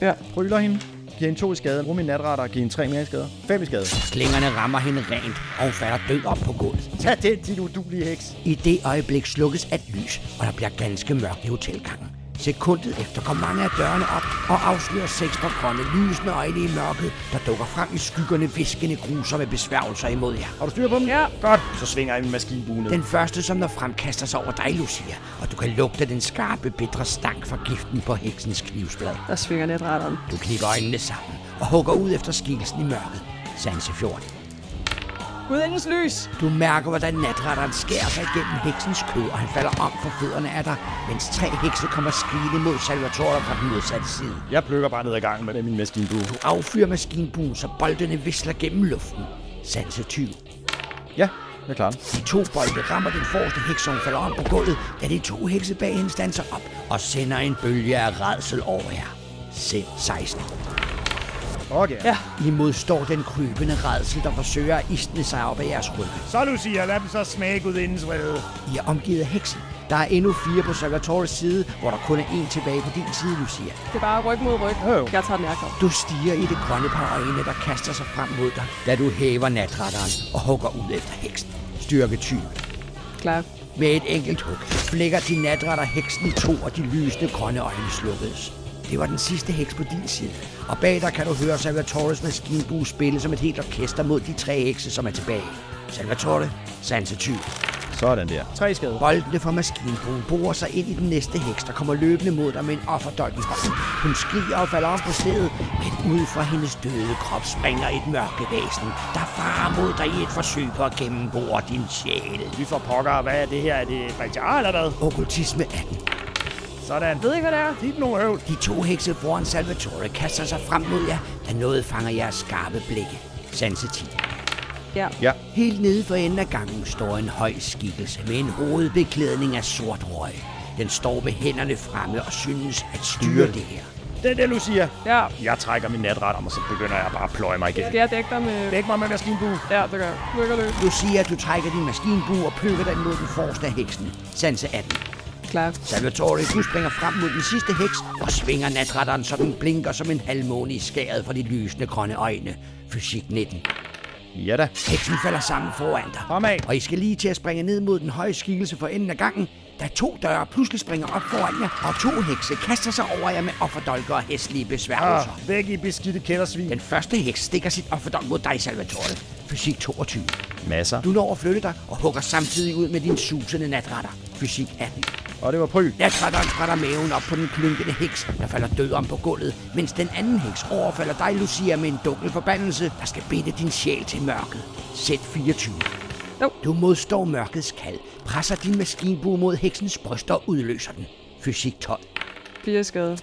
C: Ja.
B: Pryler hende. Giver hende to i skade. Brug min natretter og giver hende tre mere i skade. Fem i skade.
A: Slingerne rammer hende rent, og hun falder død op på gulvet.
B: Tag det, din udulige heks.
A: I det øjeblik slukkes alt lys, og der bliver ganske mørkt i hotelgangen. Sekundet efter går mange af dørene op og afslører seks par grønne lysende øjne i mørket, der dukker frem i skyggerne, viskende gruser med besværgelser imod jer.
B: Har du styr på dem?
C: Ja.
B: Godt. Så svinger jeg min maskinbue ned.
A: Den første, som når frem, kaster sig over dig, Lucia, og du kan lugte den skarpe, bitre stank fra giften på heksens knivsblad.
C: Der svinger netretteren.
A: Du knikker øjnene sammen og hugger ud efter skikkelsen i mørket. Sanse 14.
C: Gudindens lys!
A: Du mærker, hvordan natretteren skærer sig igennem heksens kød, og han falder om for fødderne af dig, mens tre hekse kommer skrigende mod Salvatore fra den modsatte side.
B: Jeg plukker bare ned ad gangen med min maskinbue.
A: Du affyrer maskinbuen, så boldene visler gennem luften. Sanse 20.
B: Ja, jeg klarer den.
A: De to bolde rammer den forreste heks, og hun falder om på gulvet, da de to hekse bag hende standser op og sender en bølge af redsel over jer. Sind 16.
B: Okay.
C: Ja.
A: I modstår den krybende redsel, der forsøger at isne sig op af jeres rygge.
B: Så Lucia, lad dem så smage gudindens vrede.
A: I er omgivet af hekse. Der er endnu fire på Salvatores side, hvor der kun er én tilbage på din side, Lucia.
C: Det er bare ryg mod ryg.
B: Jo.
C: Jeg tager den ærkop.
A: Du stiger i det grønne par øjne, der kaster sig frem mod dig, da du hæver natretteren og hugger ud efter heksen. Styrke 20.
C: Klar.
A: Med et enkelt hug flækker de natretter heksen i to, og de lysende grønne øjne slukkedes. Det var den sidste heks på din side, og bag dig kan du høre Salvatores maskinbue spille som et helt orkester mod de tre hekse, som er tilbage. Salvatore, sanse 20.
B: Sådan der. Tre skade.
A: Boldene fra maskinbuen borer sig ind i den næste heks, der kommer løbende mod dig med en offerdolk i hånden. Hun skriger og falder om på stedet, men ud fra hendes døde krop springer et mørke væsen, der farer mod dig i et forsøg på at gennembore din sjæl.
B: Vi får pokker. Hvad er det her? Er det Bajar eller hvad?
A: Okkultisme 18.
B: Sådan.
C: Ved ikke, hvad det er?
B: Dit nu høvl.
A: De to hekse foran Salvatore kaster sig frem mod jer, da noget fanger jeres skarpe blikke. Sanse 10.
C: Ja.
A: Helt nede for enden af gangen står en høj skikkelse med en hovedbeklædning af sort røg. Den står med hænderne fremme og synes at styre det her.
B: Det er det, Lucia.
C: Ja.
B: Jeg trækker min natret om, og så begynder jeg bare at pløje mig igen.
C: Skal jeg dække dig med...
B: Dæk mig med maskinbue.
C: Ja, det gør jeg. Lykke og løb.
A: Du siger, at du trækker din maskinbue og plukker den mod den forreste af heksene. Sanse 18.
C: Klar.
A: Salvatore, du springer frem mod den sidste heks og svinger natretteren, så den blinker som en halvmåne i skæret fra de lysende grønne øjne. Fysik 19.
B: Ja da.
A: Heksen falder sammen foran dig.
B: Fremad.
A: Og I skal lige til at springe ned mod den høje skikkelse for enden af gangen, da to døre pludselig springer op foran jer, og to hekse kaster sig over jer med offerdolker og hæslige besværgelser. Ah.
B: væk i beskidte kældersvin.
A: Den første heks stikker sit offerdolk mod dig, Salvatore. Fysik 22.
B: Masser.
A: Du når at flytte dig og hugger samtidig ud med din susende natretter. Fysik 18.
B: Og det var pry.
A: Natretteren trætter maven op på den klunkende heks, der falder død om på gulvet, mens den anden heks overfalder dig, Lucia, med en dunkel forbandelse, der skal binde din sjæl til mørket. Sæt 24.
C: Jo.
A: Du modstår mørkets kald, presser din maskinbue mod heksens bryst og udløser den. Fysik 12.
C: Fire skade.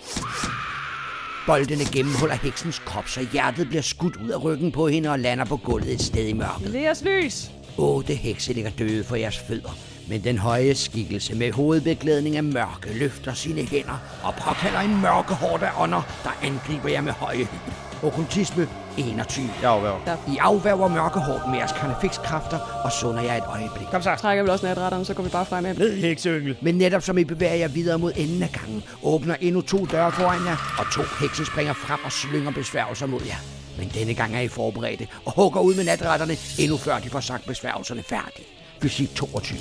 A: Boldene gennemhuller heksens krop, så hjertet bliver skudt ud af ryggen på hende og lander på gulvet et sted i mørket.
C: Leas lys!
A: Otte hekse ligger døde for jeres fødder, men den høje skikkelse med hovedbeklædning af mørke løfter sine hænder og påkalder en mørke hård af ånder, der angriber jer med høje hyld. Okkultisme 21.
B: Jeg afværger.
A: I afværger mørke hårdt med jeres karnefikskræfter og sunder jer et øjeblik.
B: Kom så.
C: Trækker vel også natretteren, så går vi bare fremad.
B: Ned, hekseyngel.
A: Men netop som I bevæger jer videre mod enden af gangen, åbner endnu to døre foran jer, og to hekse springer frem og slynger besværgelser mod jer. Men denne gang er I forberedte og hugger ud med natretterne, endnu før de får sagt besværgelserne færdige. Fysik 22.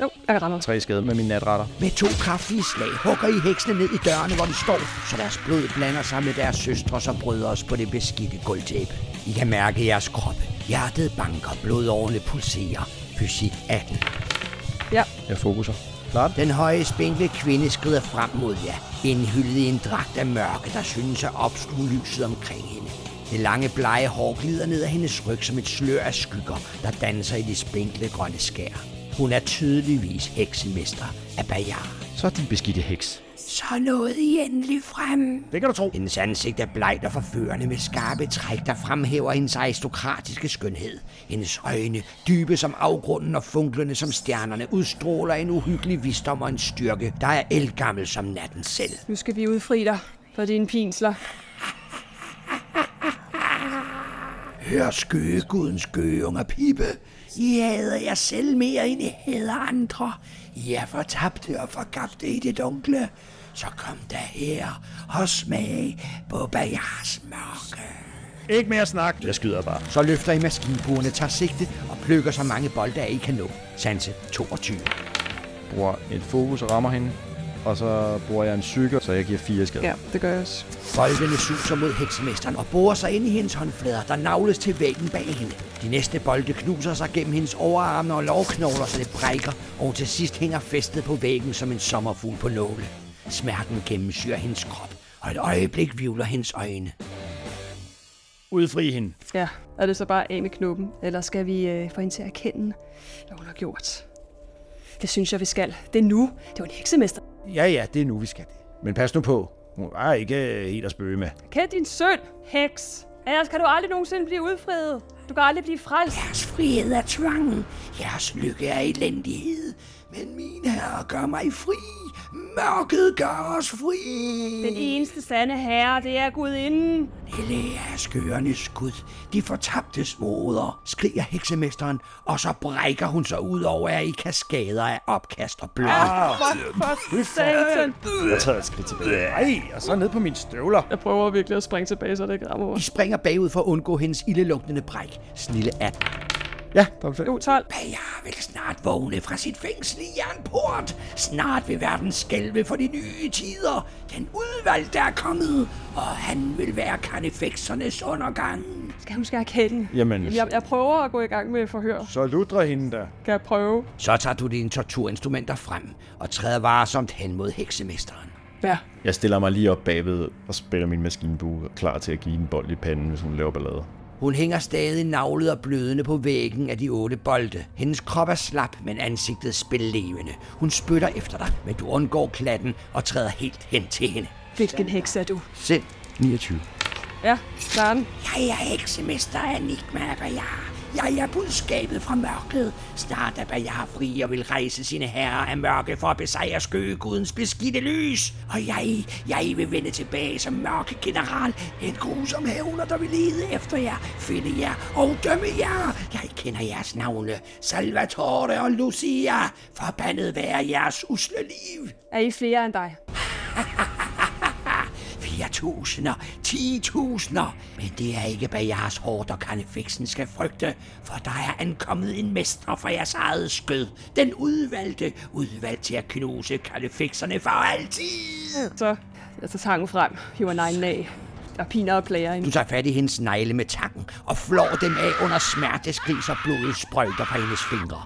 C: Jo, jeg rammer.
B: Tre skade med min natretter.
A: Med to kraftige slag hugger I heksene ned i dørene, hvor de står, så deres blod blander sig med deres søstres og brødres på det beskidte gulvtæppe. I kan mærke jeres kroppe. Hjertet banker, blodårene pulserer. Fysik 18.
C: Ja.
B: Jeg fokuser. Klart.
A: Den høje, spinkle kvinde skrider frem mod jer, indhyllet i en dragt af mørke, der synes at opsluge lyset omkring hende. Det lange, blege hår glider ned ad hendes ryg som et slør af skygger, der danser i de spinkle grønne skær. Hun er tydeligvis heksemester af Bajar.
B: Så din beskidte heks.
A: Så nåede I endelig frem.
B: Det kan du tro.
A: Hendes ansigt er blegt og forførende med skarpe træk, der fremhæver hendes aristokratiske skønhed. Hendes øjne, dybe som afgrunden og funklende som stjernerne, udstråler en uhyggelig visdom og en styrke, der er elgammel som natten selv.
C: Nu skal vi udfri dig for dine pinsler.
A: Hør skøgegudens gøunger pibe. I hader jer selv mere, end I hader andre. I er fortabte og forgabte i det dunkle. Så kom da her og smag på Bajars mørke.
B: Ikke mere snak. Jeg skyder bare.
A: Så løfter I maskinbuerne, tager sigte og plukker så mange bolde af, I kan nå. Sanse 22.
B: Bruger et fokus og rammer hende.
D: og så bruger jeg en psyker, så jeg giver fire skade.
C: Ja, det gør jeg også.
A: Folkene suser mod heksemesteren og borer sig ind i hendes håndflader, der navles til væggen bag hende. De næste bolde knuser sig gennem hendes overarme og lovknogler, så det brækker, og hun til sidst hænger festet på væggen som en sommerfugl på nåle. Smerten gennemsyrer hendes krop, og et øjeblik vivler hendes øjne.
B: Udfri hende.
C: Ja, er det så bare af med knuppen? Eller skal vi øh, få hende til at erkende, hvad hun har gjort? Det synes jeg, vi skal. Det er nu. Det var en heksemester.
B: Ja, ja, det er nu, vi skal det. Men pas nu på. Hun er ikke øh, helt at spøge med.
H: Kend din søn, heks. Ellers kan du aldrig nogensinde blive udfriet. Du kan aldrig blive frelst.
A: Jeres frihed er tvangen, jeres lykke er elendighed, men min herre gør mig fri. Mørket gør os fri.
H: Den eneste sande herre, det er gudinden.
A: Hellige er skøernes gud, de fortabte moder, skriger heksemesteren, og så brækker hun sig ud over jer i kaskader af opkast og blod.
H: Satan.
B: Jeg tager et skridt tilbage. Ej, og så ned på mine støvler.
C: Jeg prøver virkelig at springe tilbage, så det ikke rammer mig.
A: I springer bagud for at undgå hendes ildelugtende bræk. Snille at
D: Ja, dobbelt fem.
C: Jo, 12.
A: Bager vil snart vågne fra sit fængsel i jernport. Snart vil verden skælve for de nye tider. Den udvalgte er kommet, og han vil være karnefeksernes undergang.
C: Skal hun skal erkende?
D: Jamen,
C: Jeg, jeg prøver at gå i gang med forhør.
D: så ludrer hende da.
C: Kan jeg prøve?
A: Så tager du dine torturinstrumenter frem og træder varsomt hen mod heksemesteren.
C: Ja.
E: Jeg stiller mig lige op bagved og spiller min maskinbue klar til at give en bold i panden, hvis hun laver ballade.
A: Hun hænger stadig navlet og blødende på væggen af de otte bolde. Hendes krop er slap, men ansigtet spillevende. Hun spytter efter dig, men du undgår klatten og træder helt hen til hende.
C: Hvilken heks er du?
A: Send 29.
C: Ja, Karen.
A: Jeg er heksemester Enigma af Bajar. Jeg er budskabet fra mørket. Snart er Bajar fri og vil rejse sine herrer af mørke for at besejre skøgegudens beskidte lys. Og jeg, jeg vil vende tilbage som mørke general. En grusom hævner, der vil lede efter jer, finde jer og dømme jer. Jeg kender jeres navne, Salvatore og Lucia. Forbandet være jeres usle liv.
H: Er I flere end dig?
A: 4.000'er, 10.000'er. Men det er ikke Bajars hårdt, og Karnefiksen skal frygte, for der er ankommet en mester fra jeres eget skød. Den udvalgte, udvalgt til at knuse Karnefikserne for altid.
C: Så jeg tager tangen frem, hiver neglen af. Der piner og plager hende.
A: Du tager fat i hendes negle med tanken og flår dem af under smerteskrig, så blodet sprøjter fra hendes fingre.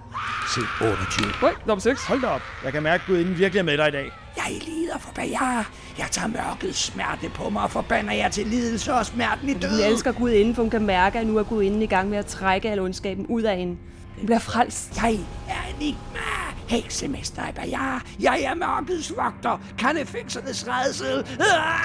A: Se 28.
C: Ui, nummer 6.
B: Hold da op. Jeg kan mærke, at Gudinden virkelig er med dig i dag.
A: Jeg lider for Bajar. Jeg tager mørkets smerte på mig og forbander jer til lidelse og smerten i
H: Hun
A: døden.
H: elsker Gud inden, for hun kan mærke, at nu er Gud inden i gang med at trække al ondskaben ud af hende. Hun bliver frelst.
A: Jeg er Enigma, heksemester af Bajar. Jeg er mørkets vogter, kanefeksernes redsel. Ah!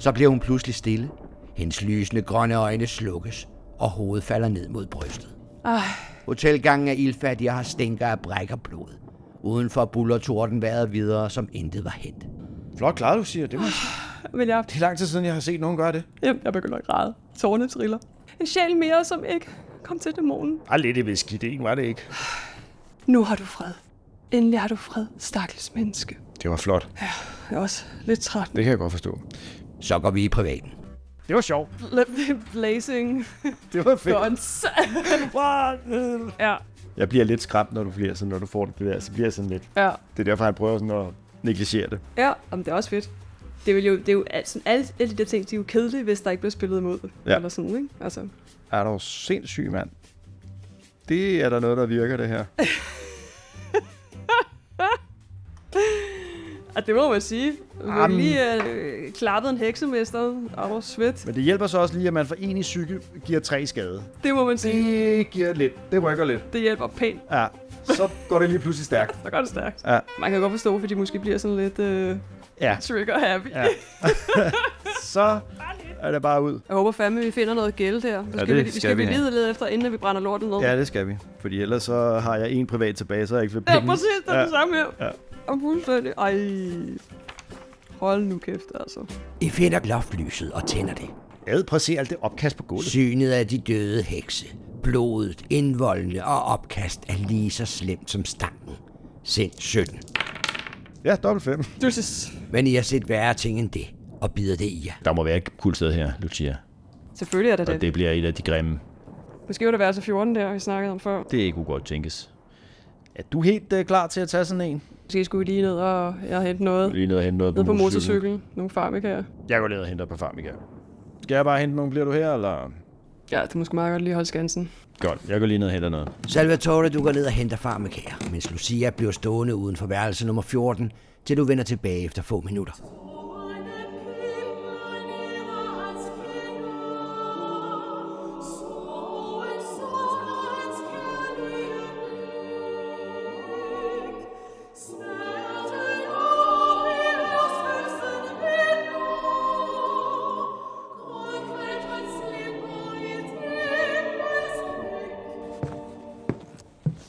A: Så bliver hun pludselig stille. Hendes lysende grønne øjne slukkes, og hovedet falder ned mod brystet.
C: Ej,
A: Hotelgangen er ildfattig og har stinker af bræk og blod. Udenfor buller torden vejret videre, som intet var hent.
B: Flot klaret, du siger. Det, må... jeg sige.
C: men jeg,
B: det er lang tid siden, jeg har set nogen gøre det.
C: jamen, jeg begynder at græde. Tårne triller. En sjæl mere, som ikke kom til dæmonen.
B: Ej, lidt i whisky. Det ikke var det ikke.
C: Nu har du fred. Endelig har du fred, stakkels menneske.
E: Det var flot.
C: Jeg er også lidt træt.
E: Det kan jeg godt forstå.
A: Så går vi i privaten.
B: Det var sjovt.
C: Bla- Blazing
B: Det var fedt.
C: guns.
B: Wow.
C: ja,
E: Jeg bliver lidt skræmt, når du bliver sådan, når du får det der, så bliver jeg sådan lidt.
C: ja,
E: Det er derfor, han prøver sådan at negligere det.
C: ja. Jamen, det er også fedt. Det er jo, det er jo altså, alle, alle de der ting, de er jo kedelige, hvis der ikke bliver spillet imod.
E: Ja.
C: Eller sådan, ikke? Altså,
E: Er du sindssyg, mand? Det er der noget, der virker, det her.
C: Og det må man sige. Vi har lige øh, klappet en heksemester og vores svedt.
B: Men det hjælper så også lige, at man for en i psyke giver tre skade.
C: Det må man sige.
B: Det giver lidt. Det rykker lidt.
C: Det hjælper pænt.
B: Ja. Så går det lige pludselig stærkt.
C: Så går det stærkt.
B: Ja.
C: Man kan godt forstå, fordi de måske bliver sådan lidt øh,
B: Ja.
C: trigger-happy.
B: Ja. Så er det bare ud.
C: Jeg håber fandme, vi finder noget gæld der. Nu
E: Ja,
C: skal
E: det
C: vi, vi
E: skal
C: skal
E: vi
C: vi
E: have.
C: lige lede efter, inden vi brænder lortet ned.
E: Ja, det skal vi. Fordi ellers så har jeg en privat tilbage, så jeg ikke vil
C: ja
E: penge.
C: præcis. Det er
E: Ja.
C: ja. det samme her.
E: Ja.
C: Og fuldstændig. Ej. Hold nu kæft, altså.
A: I finder loftlyset og tænder det.
B: Ad, prøv at se alt det opkast på gulvet.
A: Synet af de døde hekse, blodet, indvoldene og opkast er lige så slemt som stanken. Sind 17.
E: Ja, dobbelt fem.
C: Dysses.
A: Men I har set værre ting end det, og bider det i jer.
E: Der må være et kulsted her, Lucia.
C: Selvfølgelig er det det.
E: Og det bliver et af de grimme.
C: Måske var det værelse 14 der, vi snakkede om før.
E: Det er ikke godt tænkes. Er du helt øh, klar til at tage sådan en?
C: Måske skulle vi lige ned og jeg hente noget.
E: Lige ned og hente noget
C: Ned på motorcyklen. Nogle farmikager.
E: Jeg går ned og henter et par farmika. Skal jeg bare hente nogle? Bliver du her, eller?
C: Ja, det måske meget godt lige holde skansen.
E: Godt, jeg går lige ned og henter noget.
A: Salvatore, du går ned og henter farmakager, mens Lucia bliver stående uden for værelse nummer 14, til du vender tilbage efter få minutter.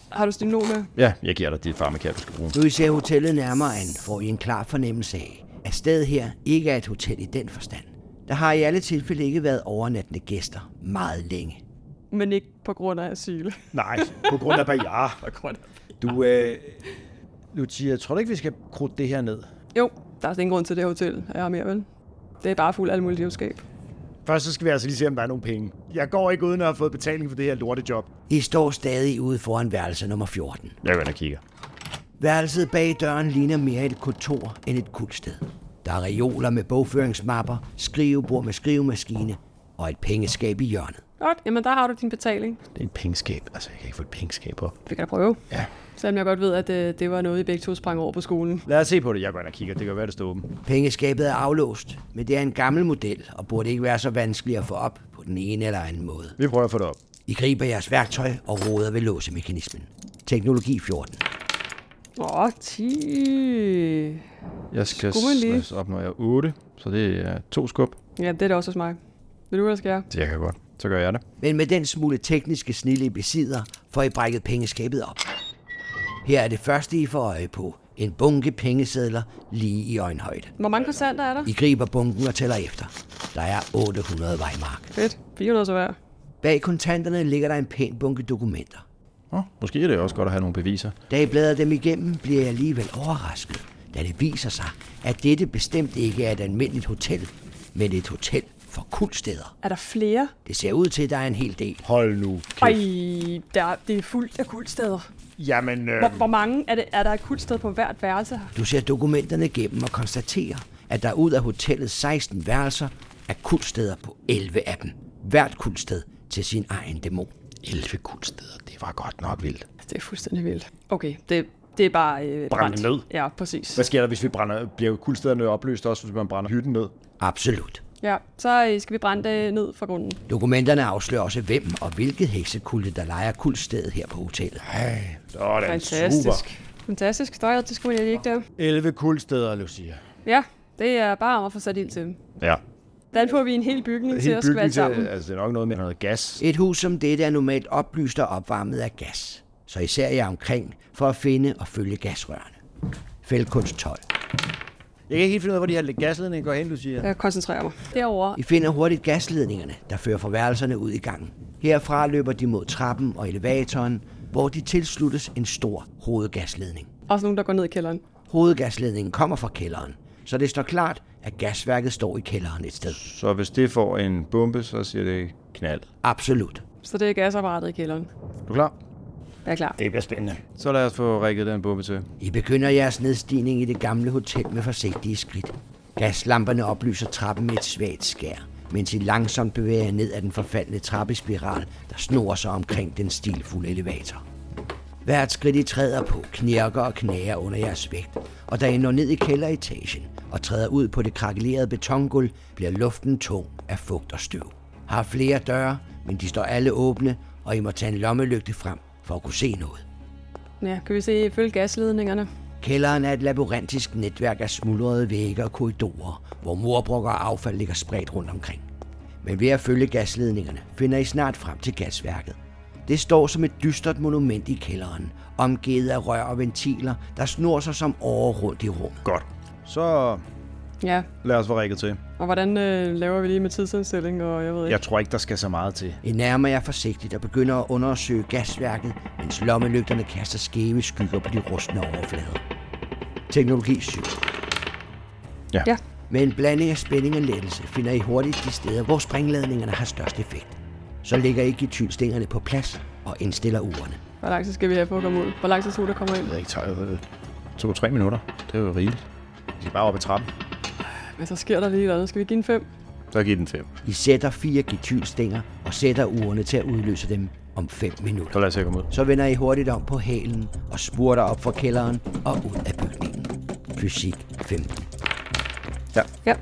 C: Har du stinol med?
E: Ja, jeg giver dig dit farmaka, du skal bruge.
A: Nu I ser hotellet nærmere an, får I en klar fornemmelse af, at stedet her ikke er et hotel i den forstand. Der har i alle tilfælde ikke været overnattende gæster meget længe.
C: Men ikke på grund af asyl.
B: Nej, på grund af Bajar.
C: på grund af...
B: Du, øh, Lucia, tror du ikke, vi skal krudte det her ned?
C: Jo, der er altså ingen grund til det her hotel, jeg har mere vel. Det er bare fuld af alt muligt livskab.
B: Først så skal vi altså lige se, om der er nogle penge. Jeg går ikke uden at have fået betaling for det her lortejob.
A: I står stadig ude foran værelse nummer 14.
E: Jeg går ind og kigger.
A: Værelset bag døren ligner mere et kontor end et kuldsted. Der er reoler med bogføringsmapper, skrivebord med skrivemaskine og et pengeskab i hjørnet.
C: Godt, jamen der har du din betaling.
E: Det er et pengeskab. Altså, jeg kan ikke få et pengeskab op.
C: Vi kan da prøve. Ja. Selvom jeg godt ved, at øh, det var noget, I begge to sprang over på skolen.
B: Lad os se på det. Jeg går ind og kigger. Det kan være, det står åbent.
A: Pengeskabet er aflåst, men det er en gammel model og burde ikke være så vanskelig at få op på den ene eller anden måde.
B: Vi prøver at få det op.
A: I griber jeres værktøj og roder ved låsemekanismen. Teknologi 14.
C: Åh, 10.
E: Jeg skal
C: Skub lige.
E: slags op, når jeg er 8, så det er to skub.
C: Ja, det er da også hos mig. Vil du, hvad der skal jeg?
E: Det jeg kan godt. Så gør jeg det.
A: Men med den smule tekniske snille, I besidder, får I brækket pengeskabet op. Her er det første, I får øje på. En bunke pengesedler lige i øjenhøjde.
C: Hvor mange konstanter er der?
A: I griber bunken og tæller efter. Der er 800 vejmark.
C: Fedt. 400 så hver.
A: Bag kontanterne ligger der en pæn bunke dokumenter.
E: Nå, måske er det også godt at have nogle beviser.
A: Da I bladrer dem igennem, bliver jeg alligevel overrasket, da det viser sig, at dette bestemt ikke er et almindeligt hotel, men et hotel for kultsteder.
C: Er der flere?
A: Det ser ud til, at der er en hel del.
B: Hold nu.
C: Ej, der, er- det er fuldt af kultsteder.
B: Jamen, øh,
C: Hvor, hvor mange er, det, er der et kultsted på hvert værelse?
A: Du ser dokumenterne igennem og konstaterer, at der ud af hotellets 16 værelser er kultsteder på 11 af dem. Hvert kultsted til sin egen dæmon.
E: 11 guldsteder, det var godt nok vildt.
C: Det er fuldstændig vildt. Okay, det, det er bare øh, brændt.
B: ned.
C: Ja, præcis.
B: hvad sker der, hvis vi brænder? Bliver kuldstederne opløst også, hvis man brænder hytten ned?
A: Absolut.
C: Ja, så øh, skal vi brænde det ned fra grunden.
A: Dokumenterne afslører også, hvem og hvilket heksekulte, der leger kultstedet her på hotellet.
B: Sådan,
C: Fantastisk. Fantastisk. Støjet, det skulle man ikke der.
B: 11 kuldsteder, Lucia.
C: Ja, det er bare om at få sat ild til dem.
E: Ja.
C: Hvordan får vi en hel bygning til
B: Helt
C: at skvatte
B: bygning til,
C: sammen?
B: altså det er nok noget med noget gas.
A: Et hus som dette er normalt oplyst og opvarmet af gas, så især jeg omkring for at finde og følge gasrørene. Fældkunst 12.
B: Jeg kan ikke helt finde ud af, hvor de her gasledninger går hen, Lucia.
C: Jeg koncentrerer mig. Derovre.
A: I finder hurtigt gasledningerne, der fører fra værelserne ud i gangen. Herfra løber de mod trappen og elevatoren, hvor de tilsluttes en stor hovedgasledning.
C: Også nogen, der går ned i kælderen.
A: Hovedgasledningen kommer fra kælderen, så det står klart, at gasværket står i kælderen et sted.
E: Så hvis det får en bombe, så siger det knald.
A: Absolut.
C: Så det er gasapparatet i kælderen.
E: Du klar?
C: Jeg er klar.
B: Det bliver spændende.
E: Så lad os få rækket den bombe til.
A: I begynder jeres nedstigning i det gamle hotel med forsigtige skridt. Gaslamperne oplyser trappen med et svagt skær, mens I langsomt bevæger jer ned ad den forfaldne trappespiral, der snor sig omkring den stilfulde elevator. Hvert skridt I træder på knirker og knager under jeres vægt, og da I når ned i kælderetagen og træder ud på det krakelerede betongulv, bliver luften tung af fugt og støv. Har flere døre, men de står alle åbne, og I må tage en lommelygte frem for at kunne se noget.
C: Ja, kan vi se følge gasledningerne?
A: Kælderen er et labyrintisk netværk af smuldrede vægge og korridorer, hvor morbrukker og affald ligger spredt rundt omkring. Men ved at følge gasledningerne finder I snart frem til gasværket. Det står som et dystert monument i kælderen, omgivet af rør og ventiler, der snor sig som åre rundt i rummet.
E: Godt. Så
C: Ja,
E: lad os få rækket til.
C: og hvordan øh, laver vi lige med tidsindstilling, og jeg ved ikke.
B: Jeg tror ikke, der skal så meget til.
A: I nærmer jer forsigtigt og begynder at undersøge gasværket, mens lommelygterne kaster skæve skygger på de rustne overflader. Teknologi 7.
C: Ja,
A: Med en blanding af spænding og lettelse finder I hurtigt de steder, hvor springladningerne har størst effekt. Så ligger I gitylstængerne på plads, og indstiller urene.
C: Hvor lang tid skal vi have for at komme ud? Hvor lang tid tror du, der kommer ind?
E: Jeg ved ikke, tager øh, to-tre minutter. Det er jo rigeligt. Vi skal bare op ad trappen.
C: Men så sker der lige noget. Skal vi give en fem?
E: Så giv den fem.
A: I sætter fire gitylstænger og sætter urene til at udløse dem om 5 minutter.
E: Så lad os se at komme ud.
A: Så vender I hurtigt om på hælen og spurter op fra kælderen og ud af bygningen. Fysik 15.
C: Ja.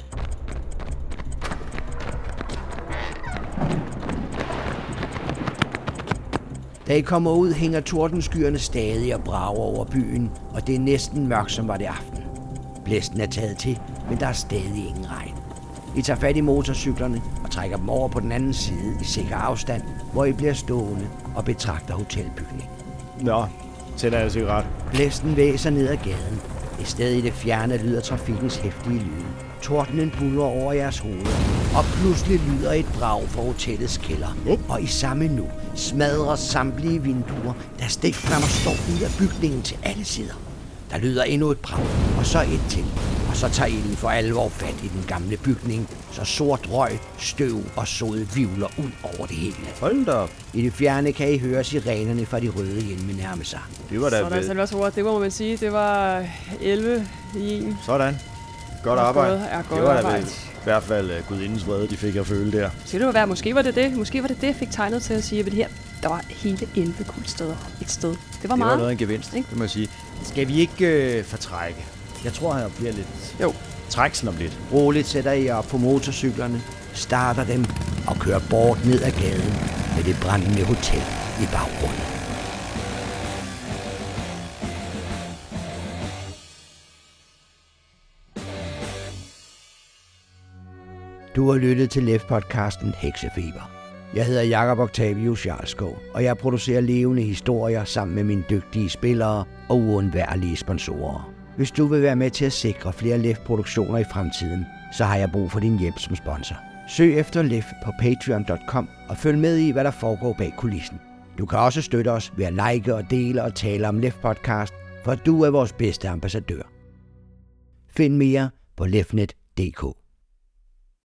A: Da I kommer ud, hænger tordenskyerne stadig og brager over byen, og det er næsten mørkt, som var det aften. Blæsten er taget til, men der er stadig ingen regn. I tager fat i motorcyklerne og trækker dem over på den anden side i sikker afstand, hvor I bliver stående og betragter hotelbygningen.
E: Nå, tænder jeg cigaret.
A: Blæsten væser ned ad gaden. I stedet i det fjerne lyder trafikkens hæftige lyde. Tordenen buller over jeres hoveder, og pludselig lyder et brag fra hotellets kælder. Og i samme nu smadrer samtlige vinduer, der stikflammer står ud af bygningen til alle sider. Der lyder endnu et brag, og så et til. Og så tager ilden for alvor fat i den gamle bygning, så sort røg, støv og sod vivler ud over det hele.
E: Hold da op.
A: I det fjerne kan I høre sirenerne fra de røde hjelme nærme sig.
E: Det var da
C: Sådan, så det var så hurtigt. Det må man sige. Det var 11 i en.
E: Sådan. Godt
C: Godt
E: arbejde.
C: gået, ja, godt
E: det var da
C: arbejde.
E: vel i hvert fald uh, gudindens vrede, de fik at føle der.
H: Skal det jo være, måske var det det. Måske var det det, jeg fik tegnet til at sige, at det her, der var hele 11 guldsteder et sted. Det var
I: Det var
H: meget.
I: noget af en gevinst,
H: Ikke?
I: det må jeg sige. Skal vi ikke øh, fortrække? Jeg tror, han bliver lidt...
C: Jo.
I: Træk sådan om lidt.
A: Roligt sætter I jer op på motorcyklerne, starter dem og kører bort ned ad gaden med det brændende hotel i baggrunden. Du har lyttet til LEF-podcasten Heksefeber. Jeg hedder Jakob Octavius Jarlskov, og jeg producerer levende historier sammen med mine dygtige spillere og uundværlige sponsorer. Hvis du vil være med til at sikre flere LEF-produktioner i fremtiden, så har jeg brug for din hjælp som sponsor. Søg efter LEF på patreon.com og følg med i, hvad der foregår bag kulissen. Du kan også støtte os ved at like og dele og tale om LEF-podcast, for du er vores bedste ambassadør. Find mere på lefnet.dk.